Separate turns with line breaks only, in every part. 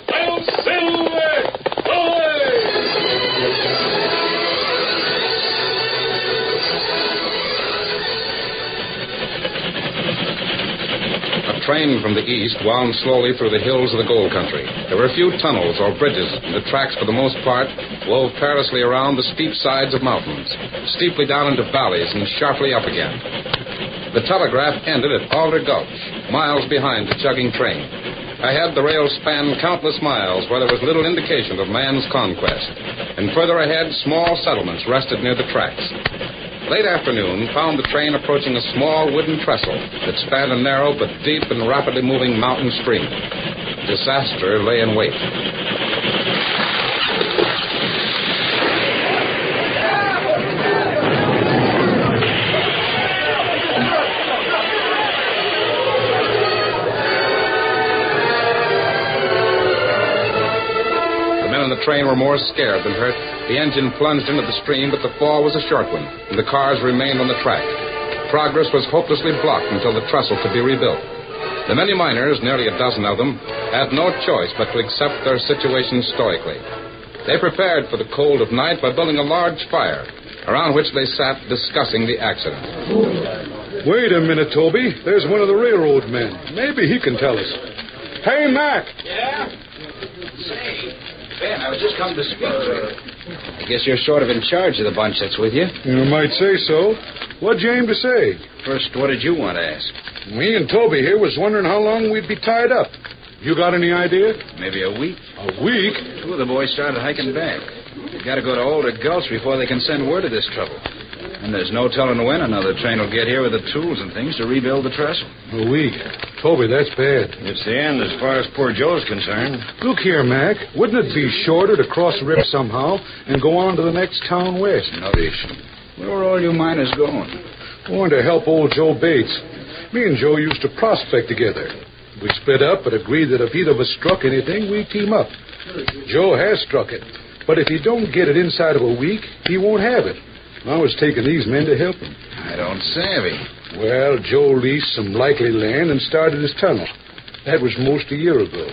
I'll Silver! Away!
A train from the east wound slowly through the hills of the gold country. There were few tunnels or bridges, and the tracks, for the most part, wove perilously around the steep sides of mountains, steeply down into valleys, and sharply up again. The telegraph ended at Alder Gulch, miles behind the chugging train. Ahead, the rails spanned countless miles where there was little indication of man's conquest, and further ahead, small settlements rested near the tracks. Late afternoon found the train approaching a small wooden trestle that spanned a narrow but deep and rapidly moving mountain stream. Disaster lay in wait. The men on the train were more scared than hurt. The engine plunged into the stream, but the fall was a short one, and the cars remained on the track. Progress was hopelessly blocked until the trestle could be rebuilt. The many miners, nearly a dozen of them, had no choice but to accept their situation stoically. They prepared for the cold of night by building a large fire, around which they sat discussing the accident.
Wait a minute, Toby. There's one of the railroad men. Maybe he can tell us. Hey, Mac!
Yeah? Say, Ben, I was just coming to speak to you. I guess you're sort of in charge of the bunch that's with you.
You might say so. What'd you aim to say?
First, what did you want to ask?
Me and Toby here was wondering how long we'd be tied up. You got any idea?
Maybe a week?
A week?
Two of the boys started hiking back. They've got to go to Older Gulch before they can send word of this trouble. And there's no telling when another train will get here with the tools and things to rebuild the trestle.
A week. Toby, that's bad.
It's the end as far as poor Joe's concerned.
Look here, Mac. Wouldn't it be shorter to cross the river somehow and go on to the next town west?
Where were all you miners going?
I wanted to help old Joe Bates. Me and Joe used to prospect together. We split up, but agreed that if either of us struck anything, we team up. Joe has struck it, but if he don't get it inside of a week, he won't have it. I was taking these men to help him.
I don't savvy.
Well, Joe leased some likely land and started his tunnel. That was most a year ago.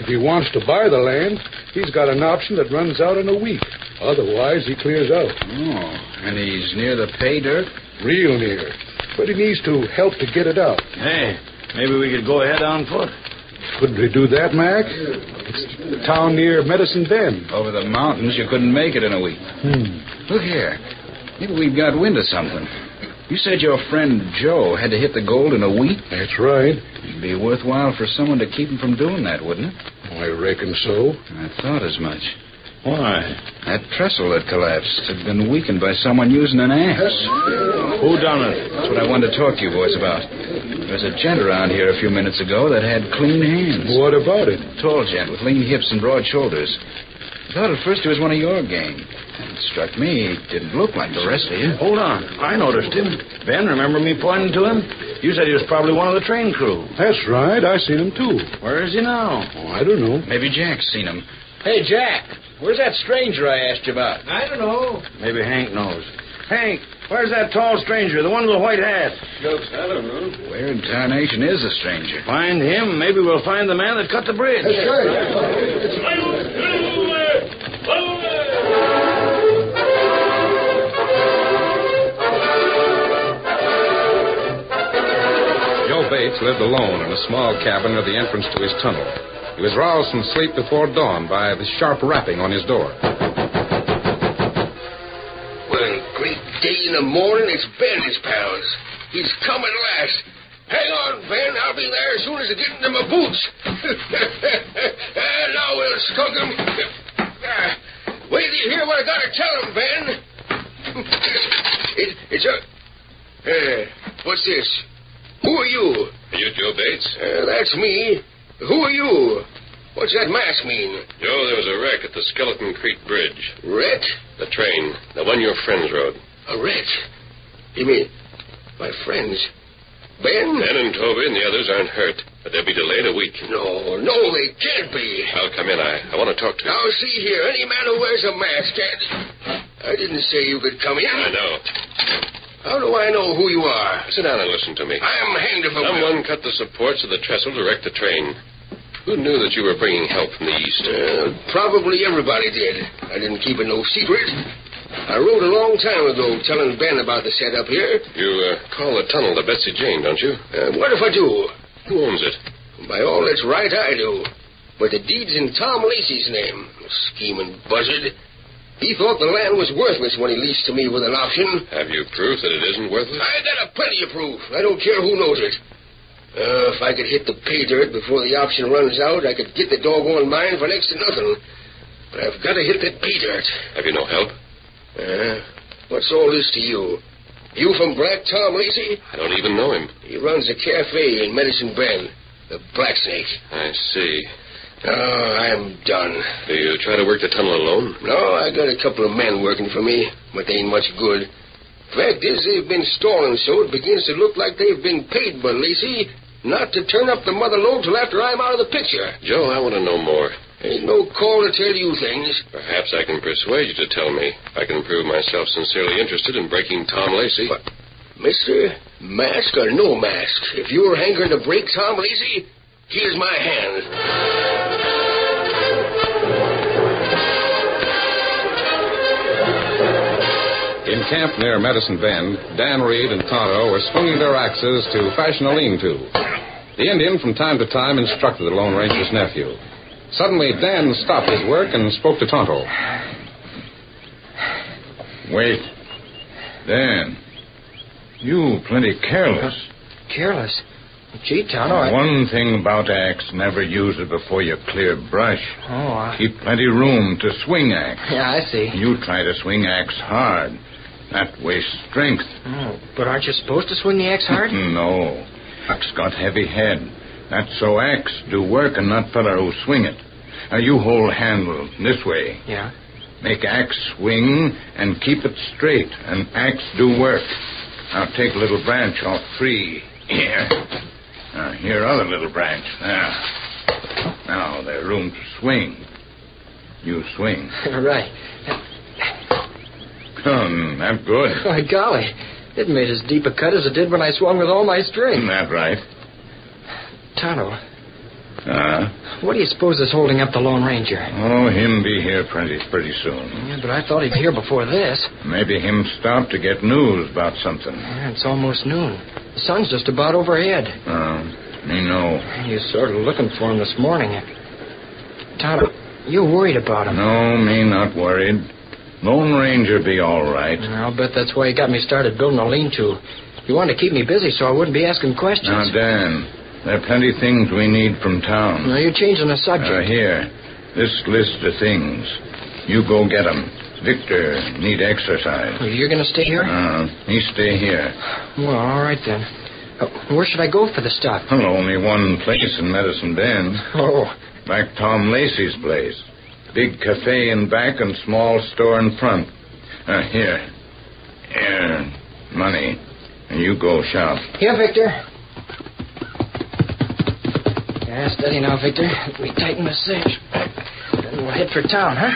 If he wants to buy the land, he's got an option that runs out in a week. Otherwise, he clears out.
Oh, and he's near the pay dirt?
Real near. But he needs to help to get it out.
Hey, maybe we could go ahead on foot.
Couldn't we do that, Mac? It's a town near Medicine Bend.
Over the mountains, you couldn't make it in a week.
Hmm.
Look here. Maybe we've got wind of something. You said your friend Joe had to hit the gold in a week?
That's right.
It'd be worthwhile for someone to keep him from doing that, wouldn't it?
Oh, I reckon so.
I thought as much.
Why?
That trestle that collapsed had been weakened by someone using an axe.
Who done it?
That's what I wanted to talk to you boys about. There was a gent around here a few minutes ago that had clean hands.
What about it?
Tall gent with lean hips and broad shoulders. I thought at first he was one of your gang. It struck me he didn't look like the rest of you.
Hold on. I noticed him. Ben, remember me pointing to him? You said he was probably one of the train crew.
That's right. I seen him too.
Where is he now?
Oh, I don't know.
Maybe Jack's seen him.
Hey, Jack. Where's that stranger I asked you about?
I don't know.
Maybe Hank knows. Hank, where's that tall stranger, the one with the white hat?
Jokes, I don't know.
Where in tarnation is the stranger?
Find him. Maybe we'll find the man that cut the bridge.
I'll silver! Away!
Joe Bates lived alone in a small cabin near the entrance to his tunnel. He was roused from sleep before dawn by the sharp rapping on his door.
What a great day in the morning it's Ben, his pals. He's come at last. Hang on, Ben. I'll be there as soon as I get into my boots. and now we'll skunk him. Ah, Wait till you hear what I gotta tell him, Ben. It, it's a. Eh, what's this? Who are you?
Are you Joe Bates?
Eh, that's me. Who are you? What's that mask mean?
Joe, there was a wreck at the Skeleton Creek Bridge.
Wreck?
The train, the one your friends rode.
A wreck? You mean my friends? Ben?
Ben and Toby and the others aren't hurt, but they'll be delayed a week.
No, no, they can't be.
Well, come in. I, I want to talk to you.
Now, see here, any man who wears a mask can't. I didn't say you could come
I
in.
know.
How do I know who you are?
Sit down and listen to me.
I'm hanged if I will.
Someone cut the supports of the trestle to wreck the train. Who knew that you were bringing help from the east?
Uh, probably everybody did. I didn't keep it no secret. I wrote a long time ago telling Ben about the setup here.
You uh, call the tunnel the Betsy Jane, don't you?
Uh, what if I do?
Who owns it?
By all that's right, I do. But the deed's in Tom Lacey's name. Scheming buzzard. He thought the land was worthless when he leased to me with an option.
Have you proof that it isn't worthless?
I got a plenty of proof. I don't care who knows it. Uh, if I could hit the pay dirt before the option runs out, I could get the doggone mine for next to nothing. But I've got to hit that pay dirt.
Have you no help?
Uh, what's all this to you? You from Black Tom Lacey?
I don't even know him.
He runs a cafe in Medicine Bend. The Black Snake.
I see.
Oh, I'm done.
Do you try to work the tunnel alone?
No, I got a couple of men working for me, but they ain't much good. Fact is, they've been stalling so it begins to look like they've been paid by Lacey not to turn up the mother lode till after I'm out of the picture.
Joe, I want to know more.
Ain't no call to tell you things.
Perhaps I can persuade you to tell me. I can prove myself sincerely interested in breaking Tom Lacey.
But- Mister, mask or no mask, if you're hankering to break Tom Lacey, here's my hand.
In camp near Medicine Bend, Dan Reed and Tonto were swinging their axes to fashion a lean-to. The Indian, from time to time, instructed the Lone Ranger's nephew. Suddenly, Dan stopped his work and spoke to Tonto.
Wait. Dan. You plenty careless.
Careless. Gee, Tonto, I...
One thing about axe, never use it before you clear brush.
Oh, I...
Keep plenty room to swing axe.
Yeah, I see.
You try to swing axe hard. That wastes strength.
Oh, but aren't you supposed to swing the axe hard?
No. Axe got heavy head. That's so axe do work and not feller who swing it. Now you hold handle this way.
yeah.
Make axe swing and keep it straight, and axe do work. Now take a little branch off tree. Here. Now here other little branch. There. Now there's room to swing. You swing.
right.
Hmm, that's good.
Why, golly, it made as deep a cut as it did when I swung with all my
Isn't
strength.
that right?
Tonto,
Huh?
what do you suppose is holding up the Lone Ranger?
Ah. Oh, him be here pretty pretty soon.
Yeah, but I thought he'd hear before this.
Maybe him stopped to get news about something.
Yeah, it's almost noon. The sun's just about overhead.
Uh, Me no.
You started looking for him this morning. Todd, you're worried about him.
No, me not worried. Lone Ranger be all right.
And I'll bet that's why you got me started building a lean-to. You wanted to keep me busy so I wouldn't be asking questions.
Now, Dan, there are plenty things we need from town.
Now, you're changing the
Uh,
subject.
here, this list of things. You go get 'em. Victor need exercise.
You're going to stay here?
Uh, he stay here.
Well, all right then. Uh, where should I go for the stuff?
Well, only one place in Medicine Bend.
Oh,
Back Tom Lacey's place. Big cafe in back and small store in front. Uh, here. Here. Money. And you go shop.
here, Victor. Yeah, steady now, Victor. Let me tighten this cinch. Then we'll head for town, huh?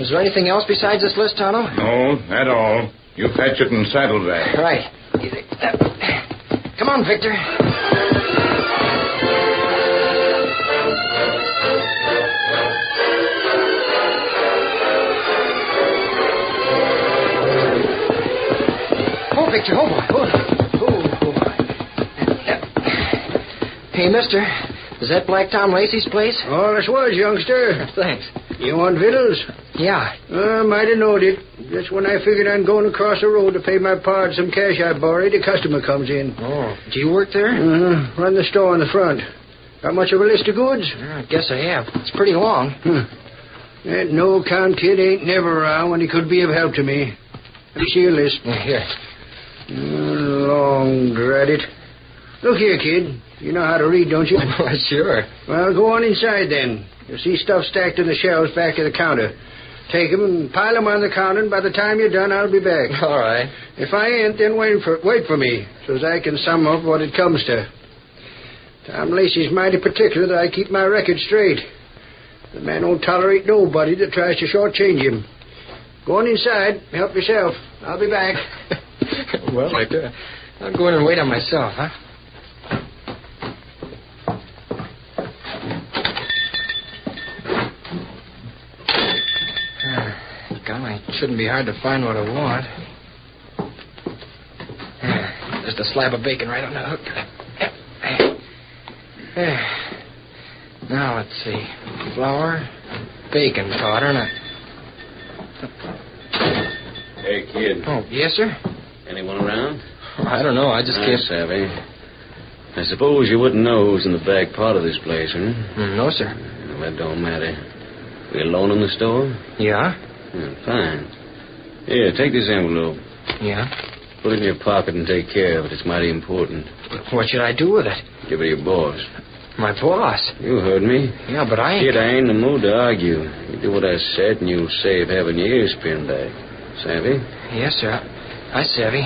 Is there anything else besides this list, Tonto?
No, at all. You fetch it and saddle that.
Right. Come on, Victor. Oh, Victor. Oh, boy. Oh, oh, oh, boy. Hey, mister. Is that Black Tom Lacey's place?
Oh, this was, youngster.
Thanks.
You want victuals?
Yeah.
Uh, might have knowed it. Just when I figured on going across the road to pay my pard some cash I borrowed, a customer comes in.
Oh. Do you work there?
Uh-huh. Run the store in the front. Got much of a list of goods?
Yeah, I guess I have. It's pretty long.
Huh. That no-count kid ain't never around when he could be of help to me. Let me see your list.
Here.
Oh, long, drat it. Look here, kid. You know how to read, don't you?
Why, sure.
Well, go on inside then. You'll see stuff stacked in the shelves back of the counter. Take 'em and pile 'em on the counter, and by the time you're done, I'll be back.
All right.
If I ain't, then wait for wait for me, so's I can sum up what it comes to. Tom Lacey's mighty particular that I keep my record straight. The man won't tolerate nobody that tries to shortchange him. Go on inside, help yourself. I'll be back.
well, I do. I'll go in and wait on myself, huh? Ah, Golly, it shouldn't be hard to find what I want. Ah, Just a slab of bacon right on the hook. Ah, Now, let's see. Flour, bacon powder, and a...
Hey, kid.
Oh, yes, sir?
Anyone around?
I don't know. I
Uh,
just
Yes,
can't...
Savvy. I suppose you wouldn't know who's in the back part of this place, huh?
Mm, No, sir.
Well, that don't matter. We alone in the store?
Yeah?
Yeah, fine. Here, take this envelope.
Yeah.
Put it in your pocket and take care of it. It's mighty important.
What should I do with it?
Give it to your boss.
My boss.
You heard me.
Yeah, but I.
Kid, I ain't in the mood to argue. You do what I said, and you'll save having your ears pinned back. Savvy?
Yes, sir. I, I savvy.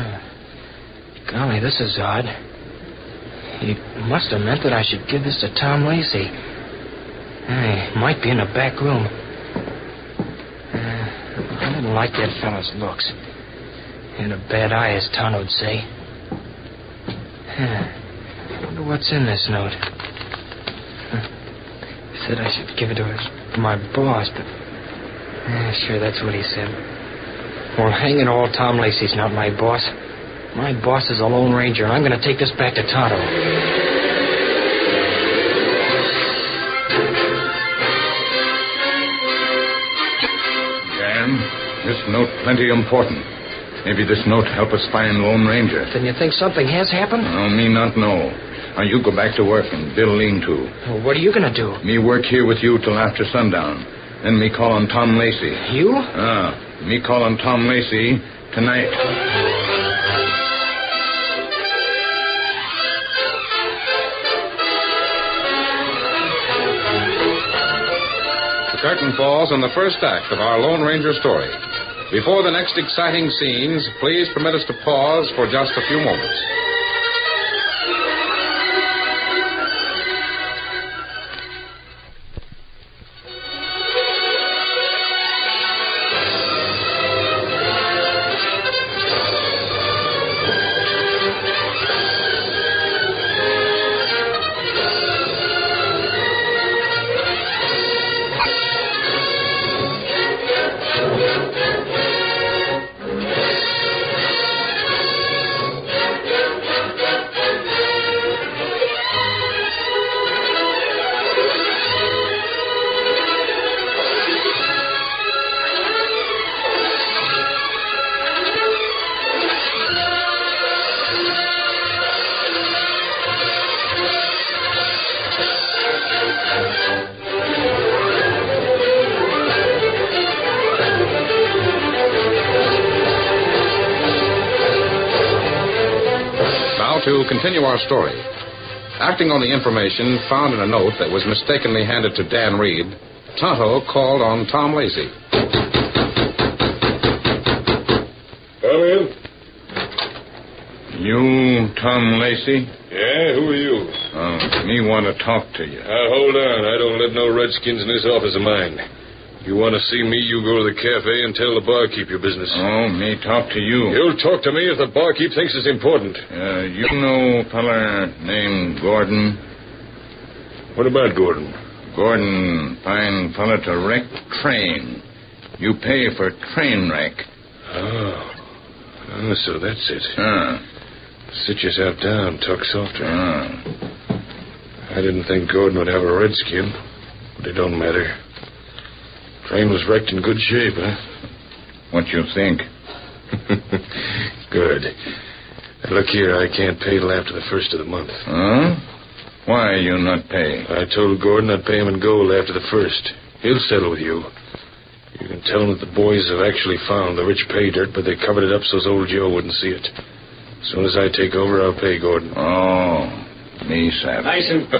Hmm. Golly, this is odd. He must have meant that I should give this to Tom Lacey. Hey, might be in the back room. Uh, I didn't like that fellow's looks. And a bad eye, as Tom would say. Huh. Wonder what's in this note. Said I should give it to his, my boss, but. Yeah, sure, that's what he said. Well, hang it all, Tom Lacey's not my boss. My boss is a Lone Ranger, and I'm going to take this back to Tonto.
Dan, this note plenty important. Maybe this note help us find Lone Ranger.
Then you think something has happened?
No, me not know. Now you go back to work and Bill lean to.
Well, what are you going to do?
Me work here with you till after sundown. Then me call on Tom Lacey.
You?
Ah, me call on Tom Lacey tonight.
The curtain falls on the first act of our Lone Ranger story. Before the next exciting scenes, please permit us to pause for just a few moments.
Now to continue our story. Acting on the information found in a note that was mistakenly handed to Dan Reed, Tonto called on Tom Lacey.
Come in.
You, Tom Lacey?
Yeah, who are you?
Oh, me want to talk to you.
Uh, hold on. I don't let no redskins in this office of mine. You want to see me, you go to the cafe and tell the barkeep your business.
Oh, me talk to you.
He'll talk to me if the barkeep thinks it's important.
Uh, you know feller named Gordon?
What about Gordon?
Gordon, fine feller to wreck train. You pay for train wreck.
Oh. oh so that's it.
Huh.
Sit yourself down, talk softer.
Huh.
I didn't think Gordon would have a redskin, but it don't matter. Train was wrecked in good shape, huh?
What you think?
Good. Look here, I can't pay till after the first of the month.
Huh? Why you not pay?
I told Gordon I'd pay him in gold after the first. He'll settle with you. You can tell him that the boys have actually found the rich pay dirt, but they covered it up so's old Joe wouldn't see it. As soon as I take over, I'll pay Gordon.
Oh, me savage.
Mason,
Uh,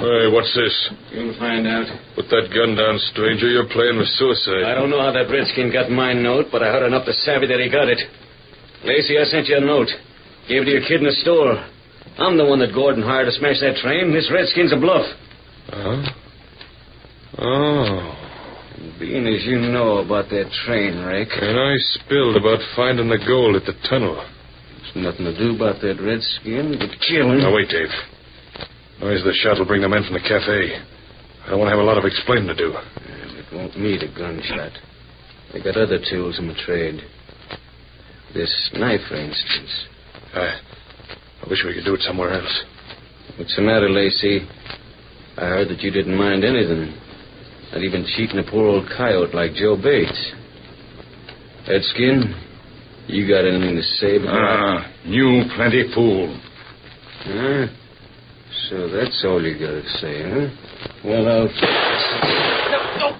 Hey, what's this?
you'll find out.
Put that gun down, stranger. You're playing with
I
suicide.
don't know how that redskin got my note, but I heard enough to savvy that he got it. Lacey, I sent you a note. Gave it to your kid in the store. I'm the one that Gordon hired to smash that train. This redskin's a bluff.
Huh? Oh.
Being as you know about that train wreck,
And I spilled about finding the gold at the tunnel.
there's nothing to do about that redskin but kill him.
Now, wait, Dave. Noise of the shot will bring the men from the cafe. I don't want to have a lot of explaining to do.
And it won't need a gunshot. They got other tools in the trade. This knife, for instance.
I, I wish we could do it somewhere else.
What's the matter, Lacey? I heard that you didn't mind anything. Not even cheating a poor old coyote like Joe Bates. Redskin, you got anything to say about
Ah, you plenty fool.
Huh? So that's all you got to say, huh? Well, I'll...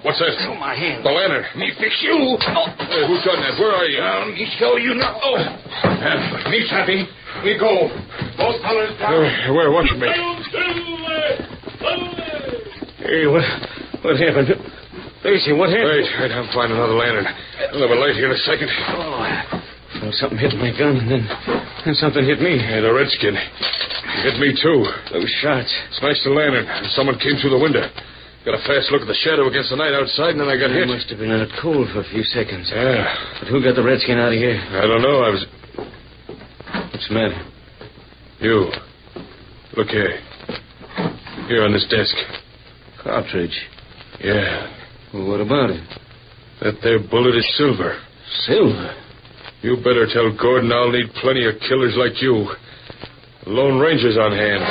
What's that?
Oh, my hand.
The lantern.
Me fix you.
Hey, Oh, who's done that? Where are you?
Down, me show you now. Oh, uh, me savvy. We go. Both fellers down.
Oh,
Where, where? Watch me.
I'll Silver!
Hey, what, what happened? Lacey, what
Wait,
happened?
wait, I'm finding another lantern. I'll have a light here in a second.
Oh, I felt something hit my gun, and then, then something hit me.
Hey, the redskin. He Hit me, too.
Those shots.
Smashed the lantern. and Someone came through the window. Got a fast look at the shadow against the night outside, and then I got
I
hit.
must have been out cold for a few seconds.
Yeah.
But who got the redskin out of here?
I don't know. I was.
What's the matter?
You. Look here. Here on this desk.
Cartridge.
Yeah.
Well, what about it?
That there bullet is silver.
Silver.
You better tell Gordon I'll need plenty of killers like you. Lone Ranger's on hand.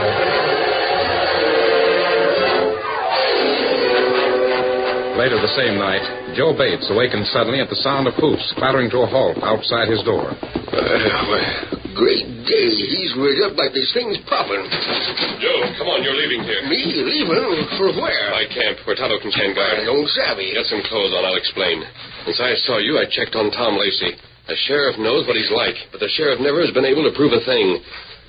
Later the same night, Joe Bates awakened suddenly at the sound of hoofs clattering to a halt outside his door.
Uh, Great day. He's rigged up like this thing's popping.
Joe, come on, you're leaving here.
Me leaving? For where?
My camp, where Tonto can
I
stand guard.
don't savvy.
Get some clothes on, I'll explain. Since I saw you, I checked on Tom Lacey. The sheriff knows what he's like, but the sheriff never has been able to prove a thing.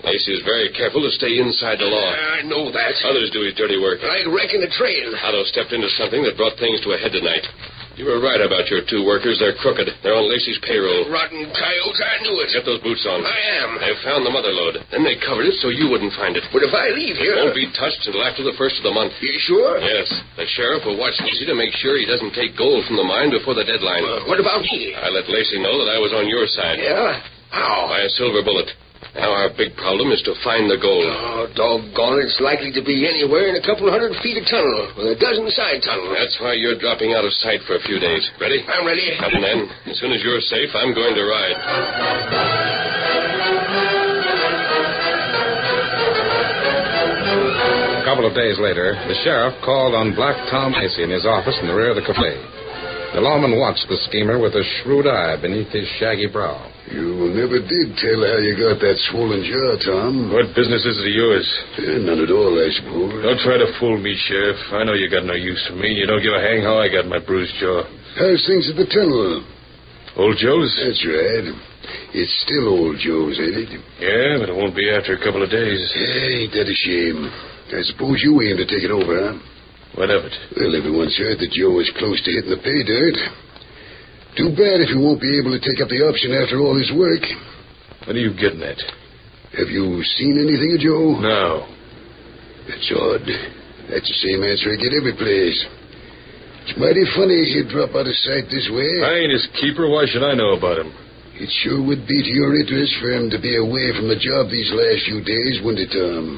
Lacey is very careful to stay inside the law.
I know that.
Others do his dirty work.
I reckon the train.
Otto stepped into something that brought things to a head tonight. You were right about your two workers. They're crooked. They're on Lacey's payroll.
Rotten coyotes, I knew it.
Get those boots on.
I am.
They found the mother load. Then they covered it so you wouldn't find it.
But if I leave
It
here.
won't be touched until after the first of the month.
You sure?
Yes. The sheriff will watch Lacey to make sure he doesn't take gold from the mine before the deadline.
Uh, what about me?
I let Lacey know that I was on your side.
Yeah? How?
By a silver bullet. Now our big problem is to find the gold.
Oh, doggone, it's likely to be anywhere in a couple of hundred feet of tunnel, with a dozen side tunnels.
That's why you're dropping out of sight for a few days. Ready?
I'm ready.
Come then. As soon as you're safe, I'm going to ride.
A couple of days later, the sheriff called on Black Tom Lacey in his office in the rear of the cafe. The lawman watched the schemer with a shrewd eye beneath his shaggy brow.
You never did tell how you got that swollen jaw, Tom.
What business is it of yours?
Eh, none at all, I suppose.
Don't try to fool me, Sheriff. I know you got no use for me. and You don't give a hang how I got my bruised jaw.
How's things at the tunnel?
Old Joe's?
That's right. It's still old Joe's, ain't it? Eh,
Yeah, but it won't be after a couple of days.
Ain't that a shame? I suppose you aim to take it over, huh?
What of it?
Well, everyone's heard that Joe is close to hitting the pay dirt. Too bad if you won't be able to take up the option after all his work.
What are you getting at?
Have you seen anything of Joe?
No.
That's odd. That's the same answer I get every place. It's mighty funny he'd drop out of sight this way.
I ain't his keeper. Why should I know about him?
It sure would be to your interest for him to be away from the job these last few days, wouldn't it, Tom?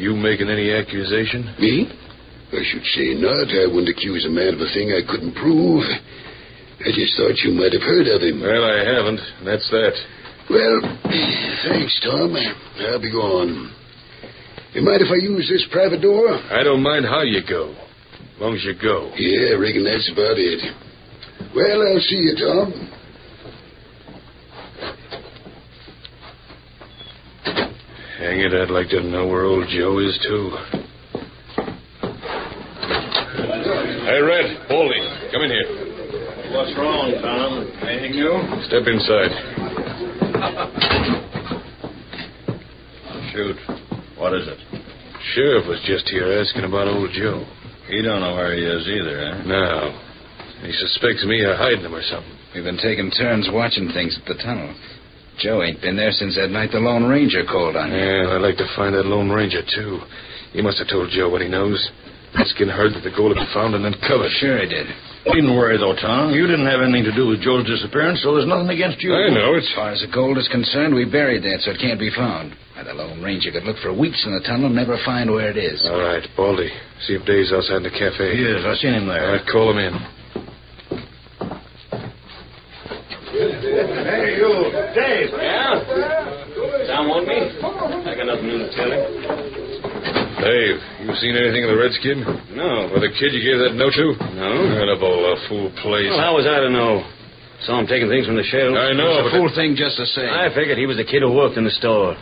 You making any accusation?
Me? I should say not. I wouldn't accuse a man of a thing I couldn't prove. I just thought you might have heard of him.
Well, I haven't. and That's that.
Well, thanks, Tom. I'll be gone. You mind if I use this private door?
I don't mind how you go, as long as you go.
Yeah, I reckon that's about it. Well, I'll see you, Tom.
Hang it, I'd like to know where old Joe is, too. Hey, Red, Baldy, come in here.
What's wrong, Tom? Anything new?
Step inside.
Shoot. What is it?
Sheriff was just here asking about old Joe.
He don't know where he is either, eh?
No. He suspects me of hiding him or something.
We've been taking turns watching things at the tunnel. Joe ain't been there since that night the Lone Ranger called on him.
Yeah, I'd like to find that Lone Ranger, too. He must have told Joe what he knows. Redskin heard that the gold had been found and then covered.
Sure he did.
Needn't worry, though, Oh, Tom. You didn't have anything to do with Joe's disappearance, so there's nothing against you.
I know it.
As far as the gold is concerned, we buried that, so it can't be found. Why, the Lone Ranger could look for weeks in the tunnel and never find where it is.
All right, Baldy. See if Dave's outside the cafe.
Oh, He is. I seen him
All
there.
right, call him in.
Hey, you. Dave. Yeah? Tom want me? I got nothing new to tell him.
Dave, you seen anything of the Redskin?
No.
Or the kid you gave that note to?
No.
What a ball of fool plays.
Well, how was I to know? Saw him taking things from the shelves.
I know,
It's a
but...
fool thing just the same.
I figured he was the kid who worked in the store.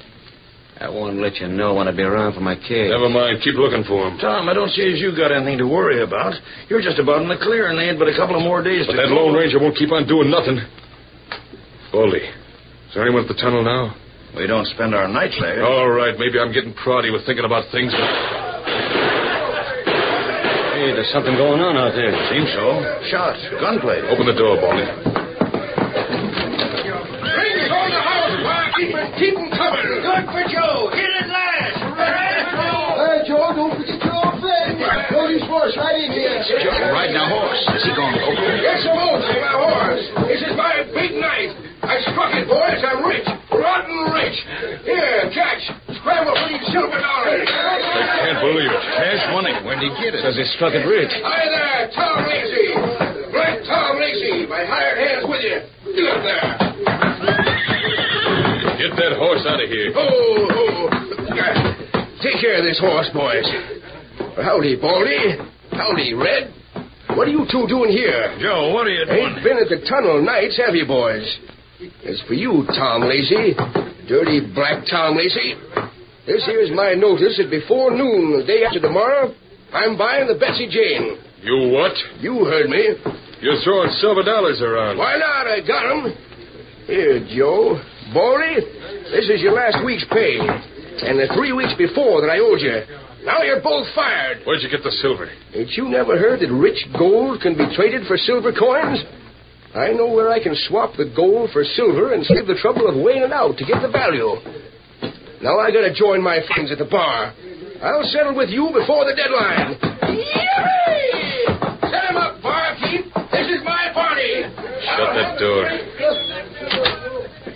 I won't let you know when I be around for my kid.
Never mind. Keep looking for him.
Tom, I don't see as you got anything to worry about. You're just about in the clear, and they ain't but a couple of more days
But
to
that
go.
Lone Ranger won't keep on doing nothing. Baldy, is there anyone at the tunnel now?
We don't spend our nights there.
All right, maybe I'm getting proddy with thinking about things, but...
Hey, there's something going on out there. Seems so.
Oh.
Shots, gunplay.
Open the door, Baldy.
Good for Joe. Hit it last.
Hey, Joe, don't forget your old friend. Throw his horse right in here.
Joe riding a horse. Is he going over?
Yes, I'm old. My horse. This is my big night. I struck it, boys. I'm rich. Rotten rich. Here, catch. Scramble for these silver dollars.
I can't believe it.
Cash money. Where'd he get it?
Says he struck it rich.
Hi there, Tom Lacey. Black Tom Lacey. My hired hand's with you. Get up there.
Get that horse out of here.
Ho, ho. Uh, Take care of this horse, boys. Howdy, Baldy. Howdy, Red. What are you two doing here?
Joe, what are you
Ain't been at the tunnel nights, have you, boys? As for you, Tom Lacey, dirty black Tom Lacey, this here's my notice that before noon, the day after tomorrow, I'm buying the Betsy Jane.
You what?
You heard me.
You're throwing silver dollars around.
Why not? I got 'em. Here, Joe. Baldy, this is your last week's pay. And the three weeks before that I owed you. Now you're both fired.
Where'd you get the silver?
Ain't you never heard that rich gold can be traded for silver coins? I know where I can swap the gold for silver and save the trouble of weighing it out to get the value. Now I gotta join my friends at the bar. I'll settle with you before the deadline. Yippee! Set 'em up, barkeep. This is my party.
Shut that door.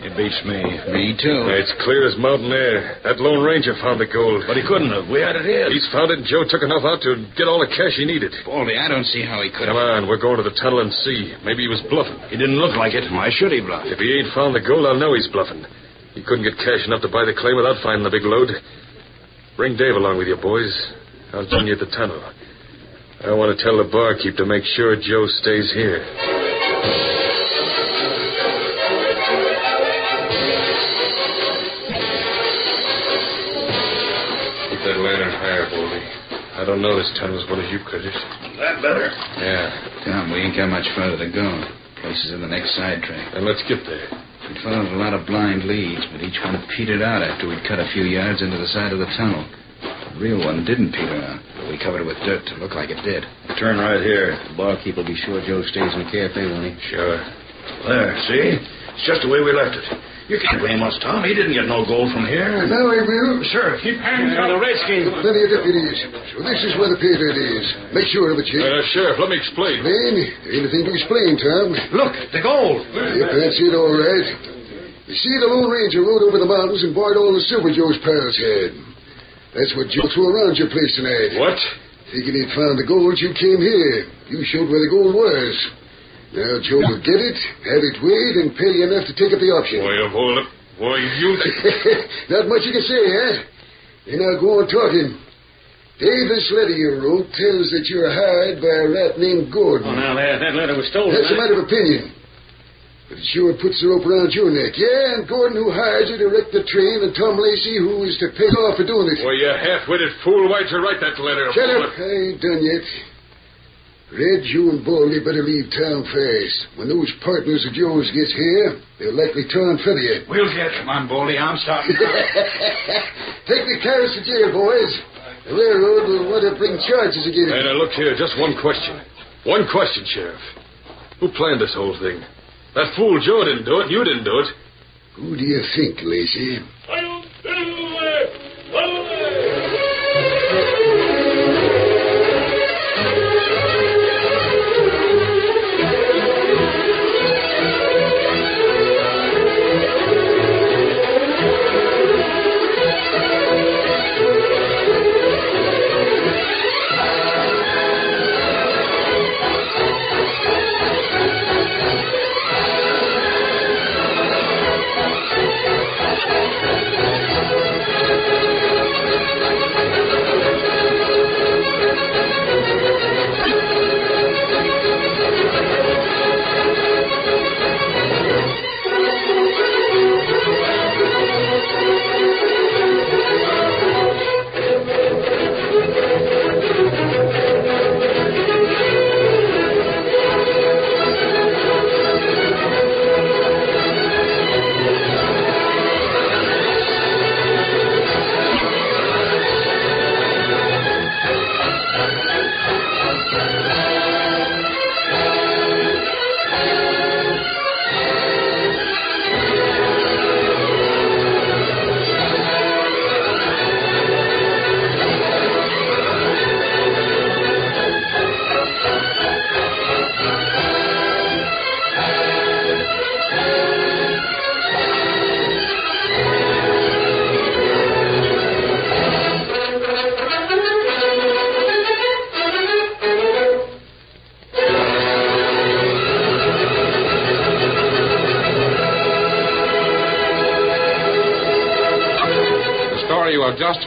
It beats me.
Me too.
It's clear as mountain air. That Lone Ranger found the gold.
But he couldn't have. We had it here.
He's found it, and Joe took enough out to get all the cash he needed.
Baldy, I don't see how he could
Come
have.
on, we're going to the tunnel and see. Maybe he was bluffing.
He didn't look like it. Why should he bluff?
If he ain't found the gold, I'll know he's bluffing. He couldn't get cash enough to buy the claim without finding the big load. Bring Dave along with you, boys. I'll join you at the tunnel. I want to tell the barkeep to make sure Joe stays here. Keep that lantern higher, Baldy. I don't know this tunnel as well as you could.
That better.
Yeah,
Tom, we ain't got much further to go. Place is in the next side track.
then let's get there.
We followed a lot of blind leads, but each one petered out after we'd cut a few yards into the side of the tunnel. The real one didn't peter out, but we covered it with dirt to look like it did. Turn right here. The barkeep will be sure Joe stays in the cafe, won't he? Sure.
There, see? It's just the way we left it. You can't blame us, Tom. He didn't get no gold from here.
Now, I will.
Sheriff, keep hands on the Redskins.
Plenty of deputies. So this is where the paydirt is. Make sure of it, Chief.
Uh, Sheriff, let me explain.
Explain? There ain't a thing to explain, Tom.
Look, the gold.
Yep, that's it, all right. You see, the Lone Ranger rode over the mountains and borrowed all the silver Joe's pals had. That's what Joe threw around your place tonight.
What?
Thinking he'd found the gold, you came here. You showed where the gold was. Now Joe will get it, have it weighed, and pay you enough to take up the auction.
Boy, of all... Boy, you...
Not much you can say, huh? And now go on talking. Dave, this letter you wrote tells that you're hired by a rat named Gordon.
Oh, now, that, that letter was stolen.
That's a
huh?
matter of opinion. But it sure puts the rope around your neck. Yeah, and Gordon, who hired you to wreck the train, and Tom Lacey, who is to pay off for doing it.
Boy, you half-witted fool. Why'd you write that letter?
Shut up. I ain't done yet. Red, you and Baldy better leave town fast. When those partners of yours gets here, they'll likely try and feather you.
We'll get Come on, Baldy. I'm starting.
Take the carriage to jail, boys. The railroad will want to bring charges against
Hey,
you.
now, uh, look here. Just one question. One question, Sheriff. Who planned this whole thing? That fool Joe didn't do it. You didn't do it.
Who do you think, Lacey?
The story you have just